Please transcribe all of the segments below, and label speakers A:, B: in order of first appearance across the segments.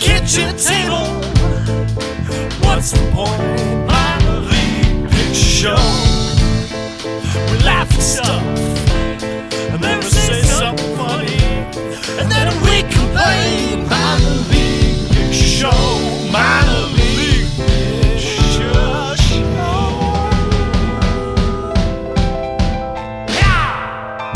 A: kitchen table. What's the point in a league picture show? We laugh at stuff and then we say something funny and then we complain. Minor league picture show. Minor league picture show. Yeah.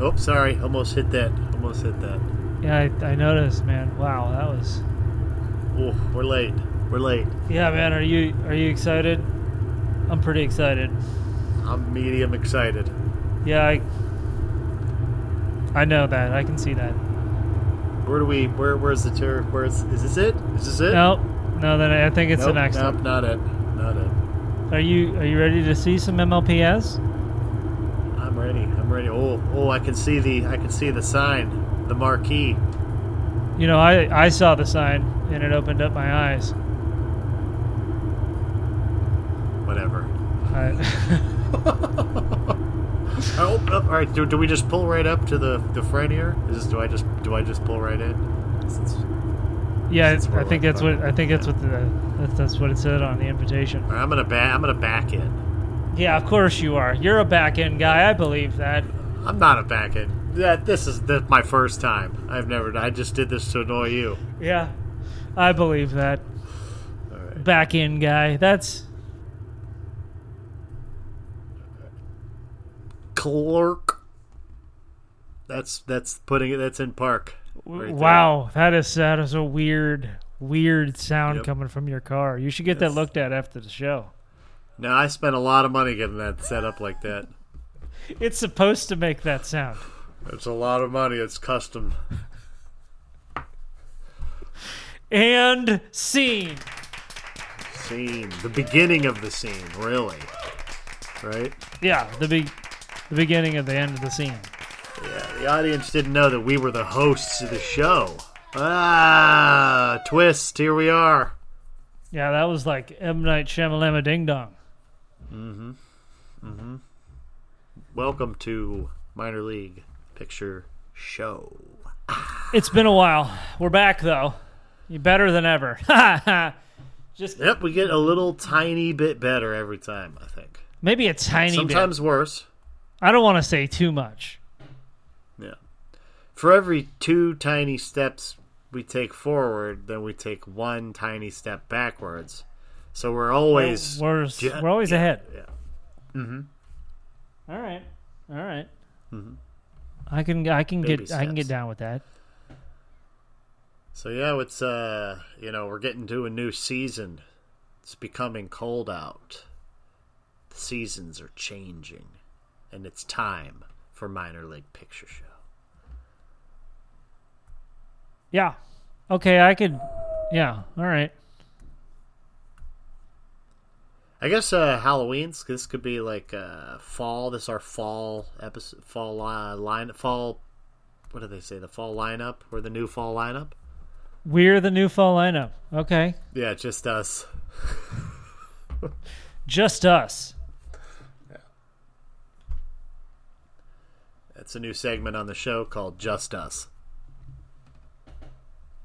B: Oh, sorry. Almost hit that. Almost hit that.
C: Yeah, I, I noticed, man. Wow, that was.
B: Oh, we're late. We're late.
C: Yeah, man. Are you are you excited? I'm pretty excited.
B: I'm medium excited.
C: Yeah, I. I know that. I can see that.
B: Where do we? Where? Where's the tour? Where's? Is this it? Is this it?
C: Nope. No, then I think it's
B: Nope,
C: the next
B: nope,
C: one.
B: Not it. Not it.
C: Are you are you ready to see some MLPS?
B: I'm ready. I'm ready. Oh, oh! I can see the. I can see the sign. The marquee.
C: You know, I I saw the sign and it opened up my eyes.
B: Whatever.
C: I,
B: Oh, oh, all right. Do, do we just pull right up to the the front here? Is this, do I just do I just pull right in? Since-
C: yeah,
B: That's where
C: I think
B: we're
C: that's what
B: from.
C: I think that's what the that's, that's what it said on the invitation.
B: all right, I'm gonna back. I'm gonna back in.
C: Yeah, of course you are. You're a back end guy. I believe that.
B: I'm not a back in. That this is the, my first time. I've never. I just did this to annoy you.
C: Yeah, I believe that.
B: All right.
C: Back end guy. That's
B: Clerk. That's that's putting it. That's in park. Right there.
C: Wow, that is that is a weird, weird sound
B: Yep.
C: coming from your car. You should get that
B: Yes.
C: looked at after the show.
B: Now I spent a lot of money getting that set up like that.
C: It's supposed to make that sound.
B: It's a lot of money. It's custom.
C: And scene.
B: scene, the beginning of the scene, really. Right?
C: Yeah, the be- the beginning of the end of the scene.
B: Yeah, the audience didn't know that we were the hosts of the show. Ah, twist, here we are.
C: Yeah, that was like M Night Shyamalama Ding Dong.
B: Welcome to Minor League Picture Show.
C: It's been a while. We're back though. You better than ever. Just
B: Yep, we get a little tiny bit better every time, I think.
C: maybe a tiny
B: Sometimes worse.
C: bit. I don't want to say too much.
B: Yeah. For every two tiny steps we take forward, then we take one tiny step backwards. So we're always
C: We're
B: Yeah,
C: we're always ahead.
B: yeah.
C: All right. All right. I can I can
B: Mm-hmm. Baby
C: get I can get
B: steps.
C: down with that.
B: So yeah, it's uh, you know, we're getting to a new season. It's becoming cold out. The seasons are changing, and it's time for minor league picture show.
C: Yeah. Okay, I could Yeah, all right.
B: I guess uh, Halloween's this could be like uh, fall. This is our fall episode, fall uh, line, fall. What do they say? The fall lineup or the new fall lineup?
C: We're the new fall lineup. Okay.
B: Yeah, just us.
C: Just us.
B: That's a new segment on the show called Just Us.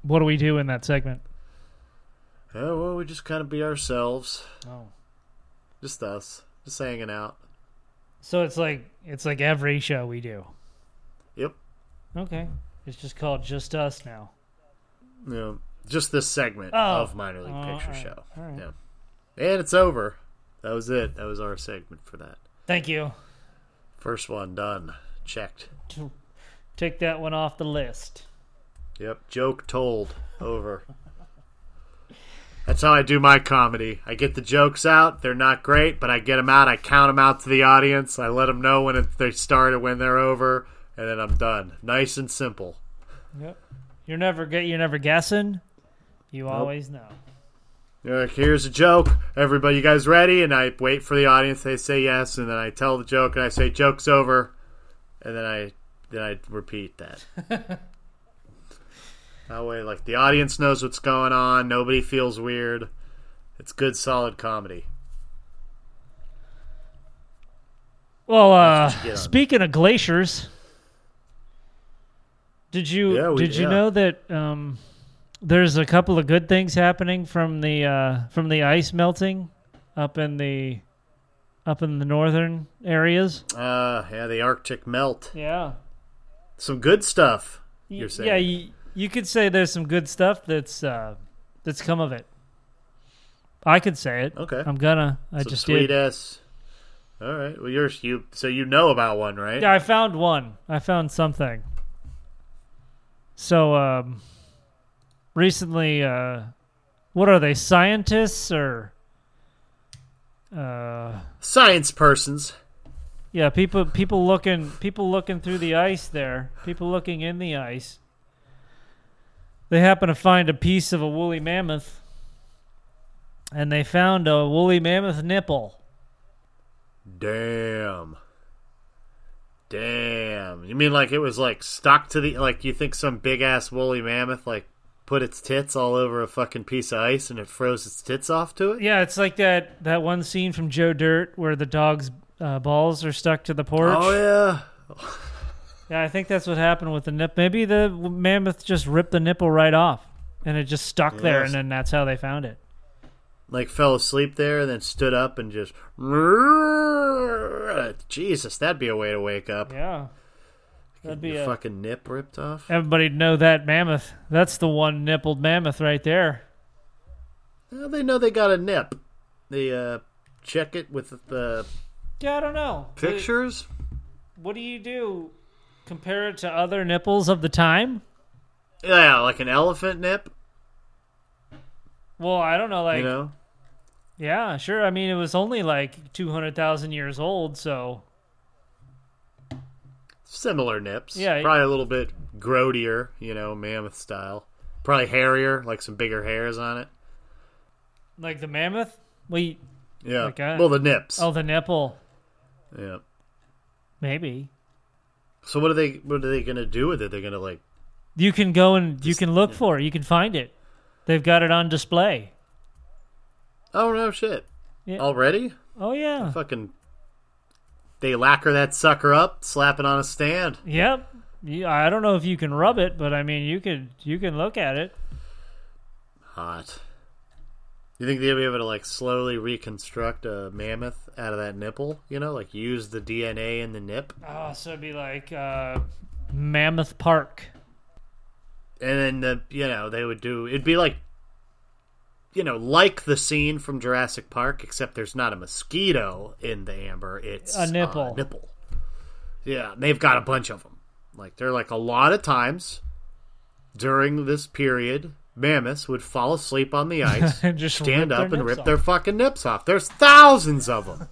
C: What do we do in that segment?
B: Oh well, we just kind of be ourselves,
C: Oh.
B: just us, just hanging out.
C: So it's like it's like every show we do.
B: Yep.
C: Okay. It's just called Just Us now.
B: Yeah, just this segment
C: Oh.
B: of minor league
C: Oh,
B: picture
C: alright,
B: show.
C: alright.
B: Yeah, and it's over. That was it. That was our segment for that
C: Thank you.
B: first one done, checked.
C: To take that one off the list.
B: Yep, joke told. Over. That's how I do my comedy. I get the jokes out. They're not great, but I get them out. I count them out to the audience. I let them know when it, they start and when they're over, and then I'm done. Nice and simple.
C: Yep. You're never get you're never guessing. You always know.
B: They're like, here's a joke. Everybody, you guys ready? And I wait for the audience. They say yes, and then I tell the joke, and I say joke's over, and then I then I repeat that. that way, like the audience knows what's going on. Nobody feels weird. It's good, solid comedy.
C: Well, uh
B: get on.
C: speaking of glaciers, Did you
B: Yeah, we-
C: did you
B: yeah.
C: know that um, there's a couple of good things happening from the uh, from the ice melting up in the up in the northern areas?
B: Uh, yeah, the Arctic melt.
C: Yeah.
B: Some good stuff. You're
C: Yeah,
B: saying.
C: you, you could say there's some good stuff that's uh, that's come of it. I could say it.
B: Okay.
C: I'm gonna. I
B: Some
C: just
B: sweet
C: did.
B: ass. All right. Well, you're you. So you know about one, right?
C: Yeah, I found one. I found something. So um, recently, uh, what are they? Scientists or uh,
B: Science persons.
C: yeah, people people looking people looking through the ice there. People looking in the ice. They happen to find a piece of a woolly mammoth, and they found a woolly mammoth nipple.
B: Damn. Damn. You mean like it was like stuck to the like you think some big ass woolly mammoth like put its tits all over a fucking piece of ice and it froze its tits off to it?
C: Yeah, it's like that that one scene from Joe Dirt where the dog's uh, balls are stuck to the porch.
B: Oh yeah.
C: Yeah, I think that's what happened with the nip. Maybe the mammoth just ripped the nipple right off, and it just stuck there,
B: Yes.
C: and then that's how they found it.
B: Like fell asleep there and then stood up and just Jesus, that'd be a way to wake up.
C: Yeah, that'd be
B: Your
C: a,
B: fucking nip ripped off.
C: everybody'd know that mammoth. That's the one nippled mammoth right there.
B: Well, they know they got a nip. They uh check it with the
C: Yeah, I don't know.
B: pictures.
C: What do you do? Compare it to other nipples of the time?
B: Yeah, like an elephant nip,
C: Well, I don't know. Like,
B: you know?
C: yeah, sure. I mean, it was only like two hundred thousand years old, so
B: similar nips.
C: Yeah.
B: probably a little bit grodier, you know, mammoth style. Probably hairier, like some bigger hairs on it.
C: like the mammoth. We
B: Yeah.
C: Like, uh,
B: well, the nips.
C: oh the nipple
B: Yeah.
C: maybe.
B: So what are they? What are they gonna do with it? They're gonna like.
C: You can go and you can look for it. You can find it. They've got it on display.
B: Oh no, shit!
C: Yeah.
B: Already?
C: Oh yeah.
B: Fucking. They lacquer that sucker up, slap it on a stand.
C: Yep. You- I don't know if you can rub it, but I mean you could you can look at it.
B: Hot. You think they'll be able to like slowly reconstruct a mammoth out of that nipple? You know, like use the DNA in the nip,
C: Oh, so it'd be like uh, Mammoth Park.
B: and then the you know they would do it'd be like you know like the scene from Jurassic Park except there's not a mosquito in the amber it's
C: A nipple.
B: nipple yeah and they've got a bunch of them like they're like a lot of times during this period mammoths would fall asleep on the ice
C: And just rip
B: stand
C: their
B: up and
C: nips
B: rip
C: off.
B: their fucking nips off there's thousands of them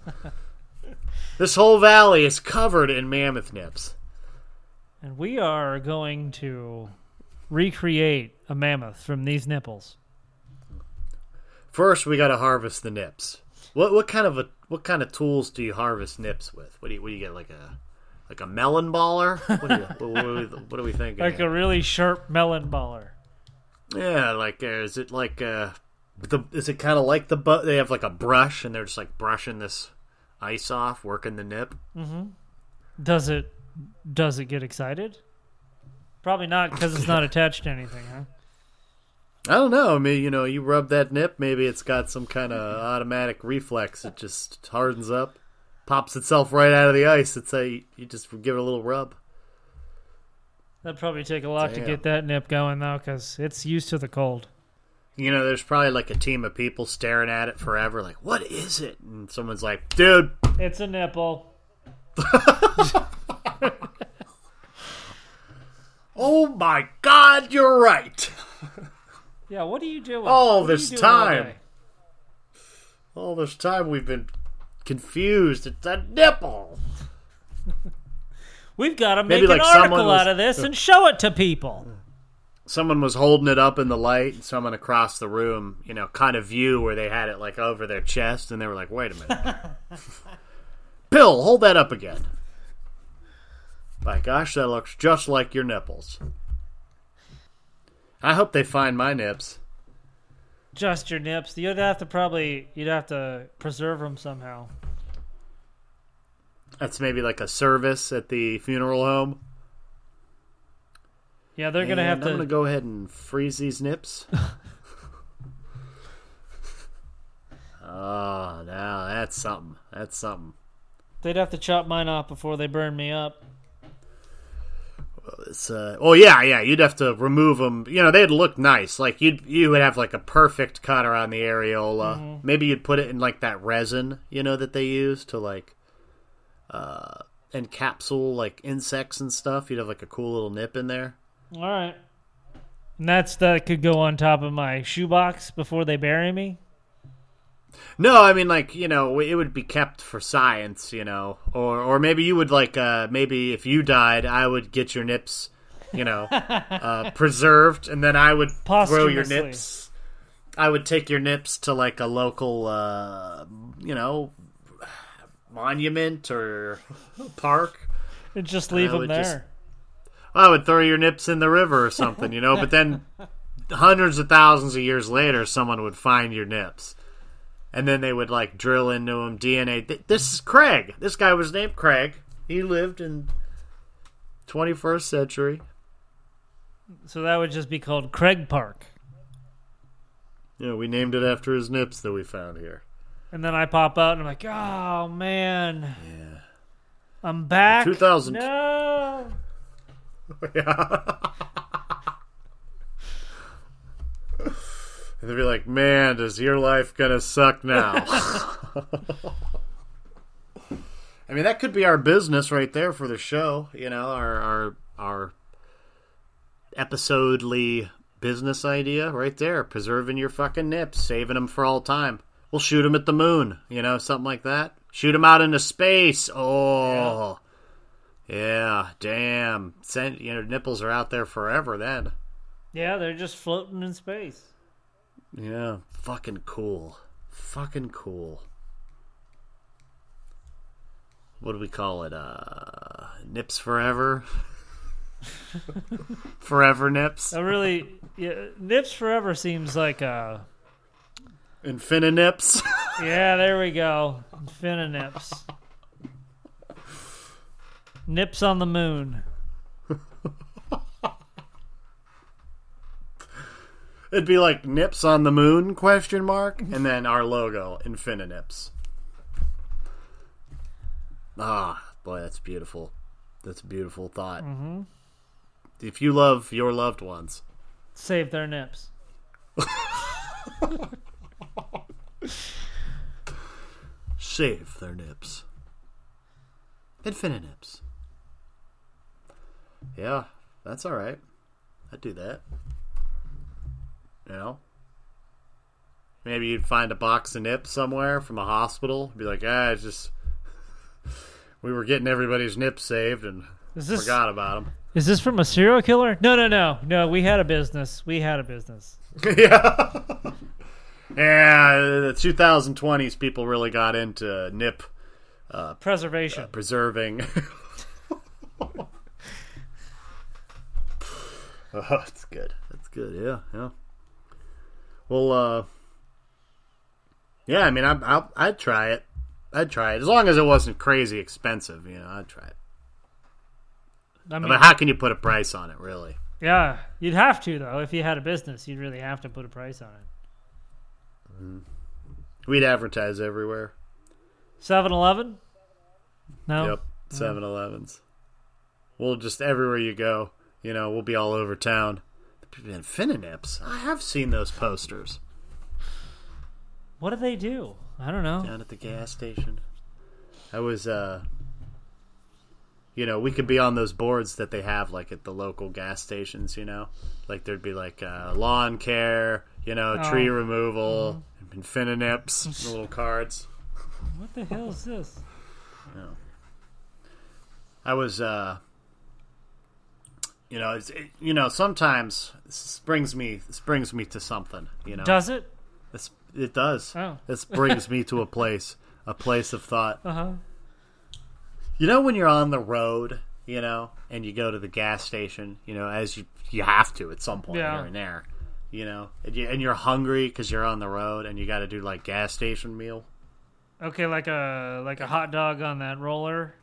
B: this whole valley is covered in mammoth nips
C: And we are going to recreate a mammoth from these nipples.
B: First, we got to harvest the nips. What what kind of a what kind of tools do you harvest nips with? What do you what do you get like a like a melon baller? What do you, what, what, are we- what are we thinking?
C: Like a
B: here?
C: really sharp melon baller.
B: yeah, like uh, is it like uh the is it kind of like the bu- they have like a brush and they're just like brushing this ice off, working the nip.
C: Does it does it get excited? Probably not because it's not attached to anything, huh?
B: I don't know. I mean, you know, you rub that nip, maybe it's got some kind of automatic reflex. It just hardens up, pops itself right out of the ice. It's a you just give it a little rub.
C: That'd probably take a lot
B: Damn.
C: to get that nip going though, because it's used to the cold.
B: you know, there's probably like a team of people staring at it forever, like, what is it? And someone's like, dude,
C: It's a nipple.
B: oh my god, you're right.
C: Yeah, what are you doing?
B: All
C: What are
B: this
C: you doing all
B: time.
C: day?
B: All this time we've been confused. It's a nipple.
C: We've got to make
B: Maybe,
C: an
B: like, someone
C: article
B: was-
C: out of this and show it to people.
B: Someone was holding it up in the light, and someone across the room, you know, kind of view where they had it like over their chest, and they were like, wait a minute. Pill, hold that up again. By gosh, that looks just like your nipples. I hope they find my nips.
C: Just your nips. You'd have to probably you'd have to preserve them somehow.
B: That's maybe like a service at the funeral home.
C: Yeah, they're gonna
B: And
C: have to.
B: I'm gonna go ahead and freeze these nips. oh, now that's something. That's something.
C: They'd have to chop mine off before they burn me up.
B: It's uh, well, yeah, yeah. You'd have to remove them. You know, they'd look nice. Like you'd you would have like a perfect cut around the areola.
C: Mm-hmm.
B: Maybe you'd put it in like that resin, you know, that they use to like uh encapsule like insects and stuff. You'd have like a cool little nip in there.
C: All right. And that's that could go on top of my shoebox before they bury me.
B: No, I mean like you know it would be kept for science, you know, or or maybe you would like uh maybe if you died, I would get your nips, you know, uh, preserved, and then I would throw your
C: Posthumously.
B: nips. I would take your nips to like a local, uh you know, monument or park.
C: And just leave
B: I
C: them
B: would
C: there.
B: just- I would throw your nips in the river or something, you know. But then hundreds of thousands of years later, someone would find your nips, and then they would like drill into them DNA. Th- This is Craig. This guy was named Craig. He lived in 21st century.
C: So that would just be called Craig Park.
B: Yeah, we named it after his nips that we found here.
C: And then I pop out and I'm like, oh man. Yeah. I'm back.
B: 2000
C: No.
B: And they'd be like, "Man, does your life gonna suck now?" I mean, that could be our business right there for the show. You know, our our our episodely business idea right there: preserving your fucking nips, saving them for all time. We'll shoot them at the moon. You know, something like that. Shoot them out into space. Oh, yeah, damn. Send you know, nipples are out there forever. Then,
C: Yeah, they're just floating in space.
B: yeah, fucking cool, fucking cool. What do we call it? Uh, nips forever. forever nips.
C: I really, yeah, Nips Forever seems like a.
B: Infininips.
C: Yeah, there we go. Infininips. Nips on the moon.
B: It'd be like nips on the moon question mark and then our logo Infininips. Ah, boy, that's beautiful. That's a beautiful thought. Mm-hmm. If you love your loved ones,
C: Save their nips.
B: shave their nips. Infininips. Yeah, that's all right. I'd do that. You know? Maybe you'd find a box of nips somewhere from a hospital. Be like, ah, it's just. We were getting everybody's nips saved and
C: Is this
B: forgot about them.
C: is this from a serial killer? No, no, no, no. We had a business. We had a business.
B: yeah. Yeah, the 2020s people really got into nip
C: Preservation.
B: preserving. oh, that's good. That's good. Yeah, yeah. Well, uh, yeah. I mean, I, I, I'd try it. I'd try it as long as it wasn't crazy expensive. You know, I'd try it.
C: I mean,
B: But how can you put a price on it, really?
C: yeah, you'd have to though. If you had a business, you'd really have to put a price on it.
B: We'd advertise everywhere.
C: Seven Eleven. No.
B: Yep, Seven Elevens. We'll just everywhere you go. You know, we'll be all over town. Infininips. I have seen those posters.
C: What do they do? I don't know.
B: down at the gas station. I was, uh, you know, we could be on those boards that they have, like at the local gas stations. You know, like there'd be like uh, lawn care, you know, tree
C: Oh. Mm-hmm.
B: removal, infininips, the little cards.
C: What the hell is this?
B: I was, uh, you know, it's, it, you know, sometimes this brings me this brings me to something. You know,
C: Does it?
B: This- it does.
C: Oh.
B: This brings me to a place, a place of thought.
C: Uh huh.
B: You know when you're on the road, you know, and you go to the gas station, you know, as you you have to at some point
C: Yeah.
B: here and there, you know, and, you, and you're hungry because you're on the road and you got to do like gas station meal.
C: Okay, like a like a hot dog on that roller.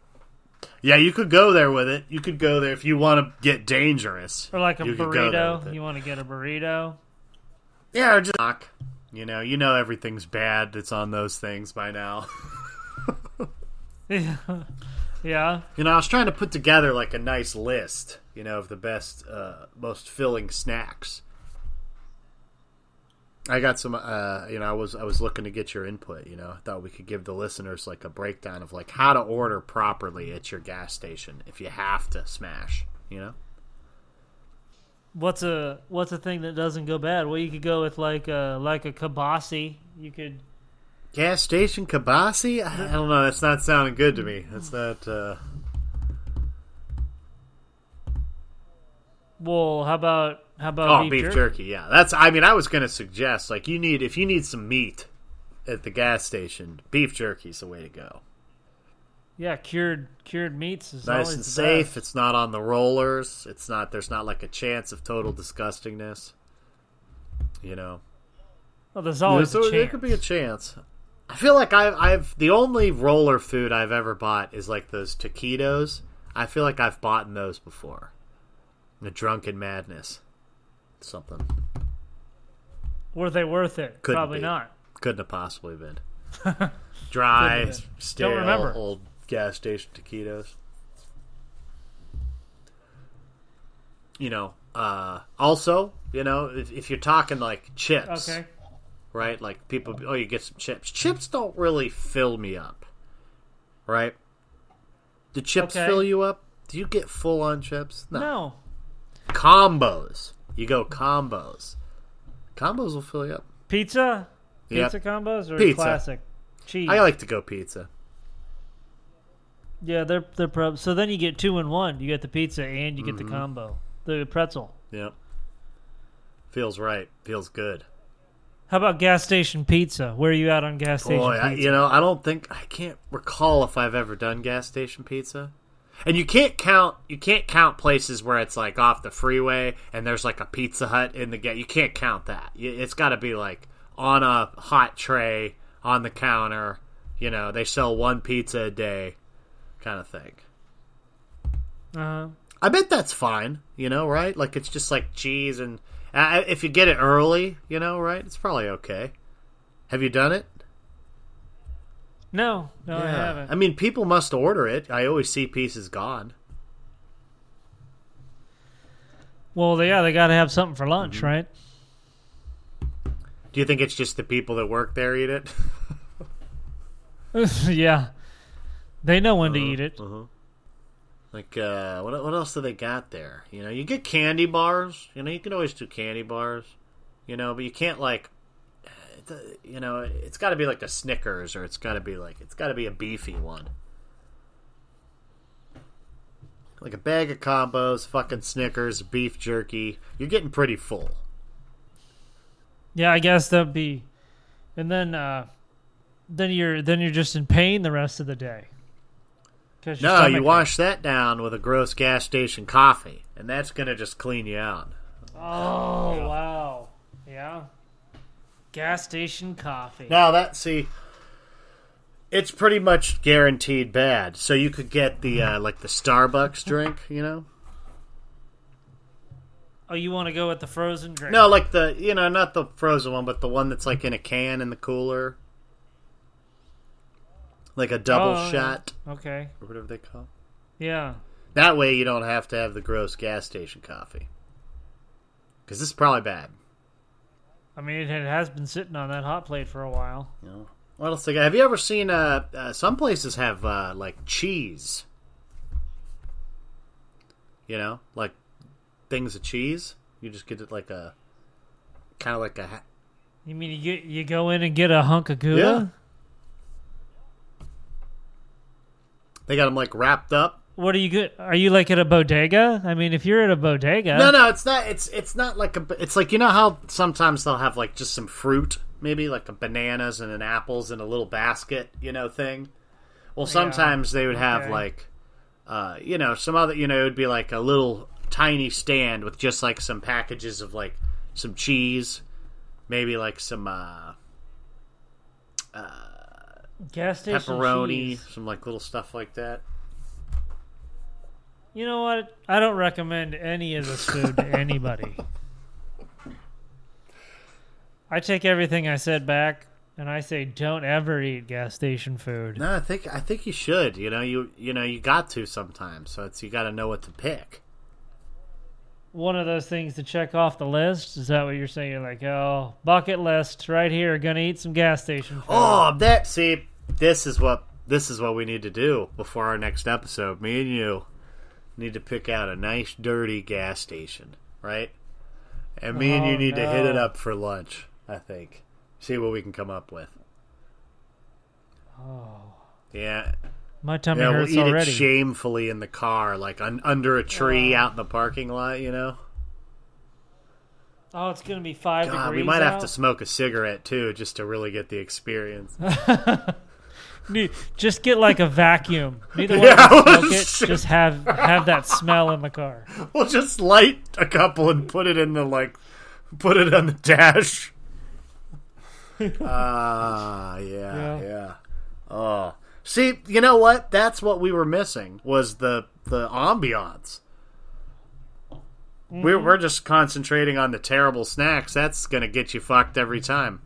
B: Yeah, you could go there with it. You could go there if you want to get dangerous.
C: Or like a
B: You could go there with
C: burrito.
B: it.
C: You want to get a burrito?
B: Yeah, or just knock. You know, you know everything's bad that's on those things by now.
C: yeah.
B: You know, I was trying to put together like a nice list, you know, of the best, uh, most filling snacks. I got some, uh, you know, I was I was looking to get your input. You know, I thought we could give the listeners like a breakdown of like how to order properly at your gas station if you have to smash. You know,
C: What's a what's a thing that doesn't go bad? Well, you could go with like a like a kibasi. You could
B: gas station kibasi. I I don't know. That's not sounding good to me. That's not. Uh,
C: well, how about how about
B: Oh, beef, jerky. Yeah, that's. I mean, I was gonna suggest like you need if you need some meat at the gas station, beef jerky's the way to go.
C: Yeah, cured cured meats is
B: Nice
C: always
B: and
C: the
B: safe.
C: best.
B: It's not on the rollers. It's not. There's not like a chance of total disgustingness. You know,
C: Well, there's always
B: so
C: Oh, a
B: there
C: chance.
B: could be a chance. I feel like I've, I've the only roller food I've ever bought is like those taquitos. I feel like I've bought those before. The drunken madness, something
C: Were they worth it?
B: Couldn't
C: Probably
B: be.
C: not.
B: Couldn't have possibly been. Dry,
C: Couldn't have been.
B: stale,
C: Don't remember.
B: old gas station taquitos. You know, uh, also, you know, if, if you're talking like chips,
C: Okay.
B: right? Like people, oh, you get some chips. Chips don't really fill me up, right? Do chips
C: Okay.
B: fill you up? Do you get full on chips?
C: No.
B: Combos. You go combos. Combos will fill you up.
C: Pizza?
B: Yep.
C: Pizza combos or
B: Pizza.
C: classic? Cheese.
B: I like to go pizza.
C: yeah, they're they're prob- so then you get two in one. You get the pizza and you get
B: Mm-hmm.
C: the combo. The pretzel.
B: Yep. Feels right. Feels good.
C: How about gas station pizza? Where are you at on gas station
B: Boy,
C: pizza?
B: I, you know, I don't think I can't recall if I've ever done gas station pizza. And you can't count you can't count places where it's like off the freeway and there's like a Pizza Hut in the gate. You can't count that. You- It's got to be like on a hot tray on the counter. You know, they sell one pizza a day, kind of thing.
C: Uh-huh.
B: I bet that's fine, you know, right? Like it's just like cheese and uh, if you get it early, you know, right? It's probably okay. Have you done it?
C: No, no, I
B: Yeah.
C: haven't.
B: I mean, people must order it. I always see pieces gone.
C: Well, they, yeah, they got to have something for lunch, right?
B: Mm-hmm. Do you think it's just the people that work there eat it?
C: yeah, they know when to
B: Uh-huh.
C: eat it.
B: like, uh, what what else do they got there? You know, you get candy bars. You know, you can always do candy bars. You know, but you can't like, it- you know, it's got to be like a Snickers or it's got to be like it's got to be a beefy one. Like a bag of combos, fucking Snickers, beef jerky. You're getting pretty full.
C: Yeah, I guess that'd be, and then, uh, then you're then you're just in pain the rest of the day. 'Cause your
B: No,
C: stomach
B: you
C: hurts.
B: wash that down with a gross gas station coffee, and that's gonna just clean you out.
C: Oh wow, yeah. Gas station coffee.
B: Now that see, it's pretty much guaranteed bad. So you could get the uh, like the Starbucks drink, you know?
C: Oh, you want to go with the frozen drink?
B: No, like the you know not the frozen one, but the one that's like in a can in the cooler, like a double
C: Oh, yeah.
B: shot
C: Okay.
B: or whatever they call.
C: Yeah.
B: It. That way you don't have to have the gross gas station coffee. Because this is probably bad.
C: I mean, it had- has been sitting on that hot plate for a while.
B: What else they got? Have you ever seen? Uh, uh some places have uh, like cheese. You know, like things of cheese. You just get it like a kind of like a ha-
C: You mean you get, you go in and get a hunk of gouda?
B: Yeah. They got them like wrapped up.
C: What are you good? Are you like at a bodega? I mean, if you're at a bodega,
B: No, no, it's not. It's it's not like a. It's like you know how sometimes they'll have like just some fruit, maybe like a bananas and an apples in a little basket, you know, thing. Well, sometimes they would have
C: Okay.
B: like, uh, you know, some other, you know, it would be like a little tiny stand with just like some packages of like some cheese, maybe like some uh,
C: gas station
B: pepperoni,
C: cheese.
B: some like little stuff like that.
C: You know what? I don't recommend any of this food to anybody. I take everything I said back, and I say don't ever eat gas station food.
B: No, I think I think you should. You know, you you know you got to sometimes. So it's you got to know what to pick.
C: One of those things to check off the list. Is that what you're saying? You're like, oh, bucket list right here. Gonna eat some gas station food.
B: Oh, that see, this is what this is what we need to do before our next episode. Me and you need to pick out a nice dirty gas station, right? And me and
C: Oh,
B: you need to hit it
C: no.
B: up for lunch. I think. See what we can come up with. Oh. Yeah,
C: My tummy
B: yeah. We'll
C: hurts
B: eat
C: already.
B: it shamefully in the car, like un- under a tree out in the parking lot. You know.
C: oh, it's gonna be five
B: God,
C: degrees.
B: Ah, we might
C: out.
B: have to smoke a cigarette too, just to really get the experience.
C: Ne- Just get like a vacuum. Neither one of
B: Yeah,
C: us smoke it.
B: shit.
C: Just have have that smell in the car.
B: we'll just light a couple and put it in the like, put it on the dash. Ah, yeah,
C: Yeah.
B: yeah. Oh, see, you know what? That's what we were missing was the the ambiance. We're we're just concentrating on the terrible snacks. That's gonna get you fucked every time.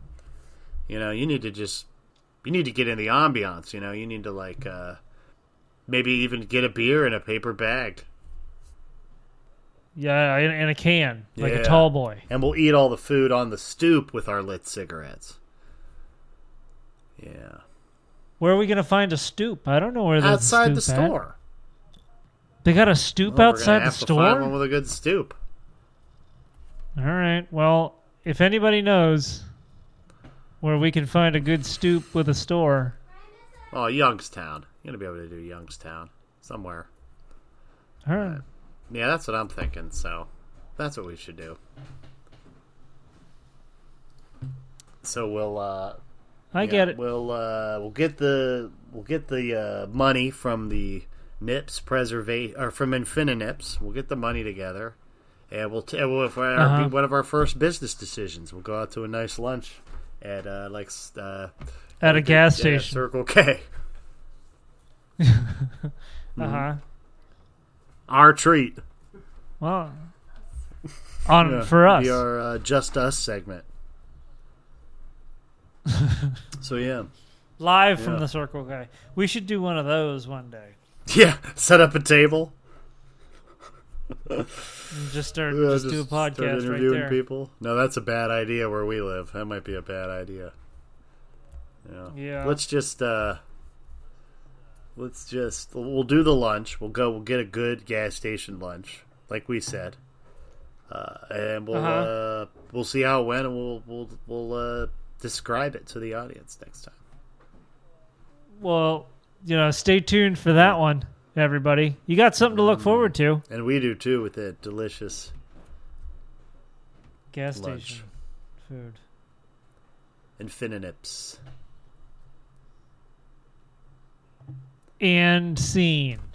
B: You know, you need to just you need to get in the ambiance. You know, you need to like uh maybe even get a beer in a paper bag.
C: Yeah, in, in a can, like
B: Yeah.
C: a tall boy.
B: and we'll eat all the food on the stoop with our lit cigarettes. Yeah,
C: Where are we gonna find a stoop? I don't know where there's a
B: outside the
C: stoop at.
B: store.
C: They got a stoop
B: Well, we're gonna
C: outside the
B: have to find
C: store.
B: one with a good stoop.
C: All right. Well, if anybody knows where we can find a good stoop with a store,
B: Oh, Youngstown. You're gonna be able to do Youngstown somewhere.
C: all right.
B: Yeah, that's what I'm thinking. So, that's what we should do. So we'll uh,
C: I
B: yeah,
C: get it.
B: We'll uh, we'll get the we'll get the uh, money from the Nips preservation or from Infininips. We'll get the money together, and we'll, t- and we'll for our,
C: Uh-huh.
B: be one of our first business decisions. We'll go out to a nice lunch at uh, like s- uh,
C: At a gas
B: at a
C: station.
B: Circle K.
C: Uh huh.
B: Our treat
C: Well, on
B: Yeah,
C: for
B: it'll
C: us.
B: be our uh, just us segment. so yeah,
C: live from
B: Yeah.
C: the Circle K. We should do one of those one day.
B: yeah. Set up a table.
C: And Just start,
B: Yeah,
C: just, do a
B: start
C: podcast right
B: interviewing
C: there.
B: people. No, that's a bad idea where we live. That might be a bad idea. Yeah.
C: Yeah.
B: Let's just uh let's just we'll do the lunch. We'll go we'll get a good gas station lunch, like we said. Uh, and we'll uh
C: Uh-huh.
B: we'll see how it went and we'll we'll we'll uh describe it to the audience next time.
C: Well, you know, stay tuned for that one, everybody. You got something to look forward to.
B: And we do too with that delicious
C: Gas
B: Lunch.
C: station food.
B: Infininips.
C: And scene.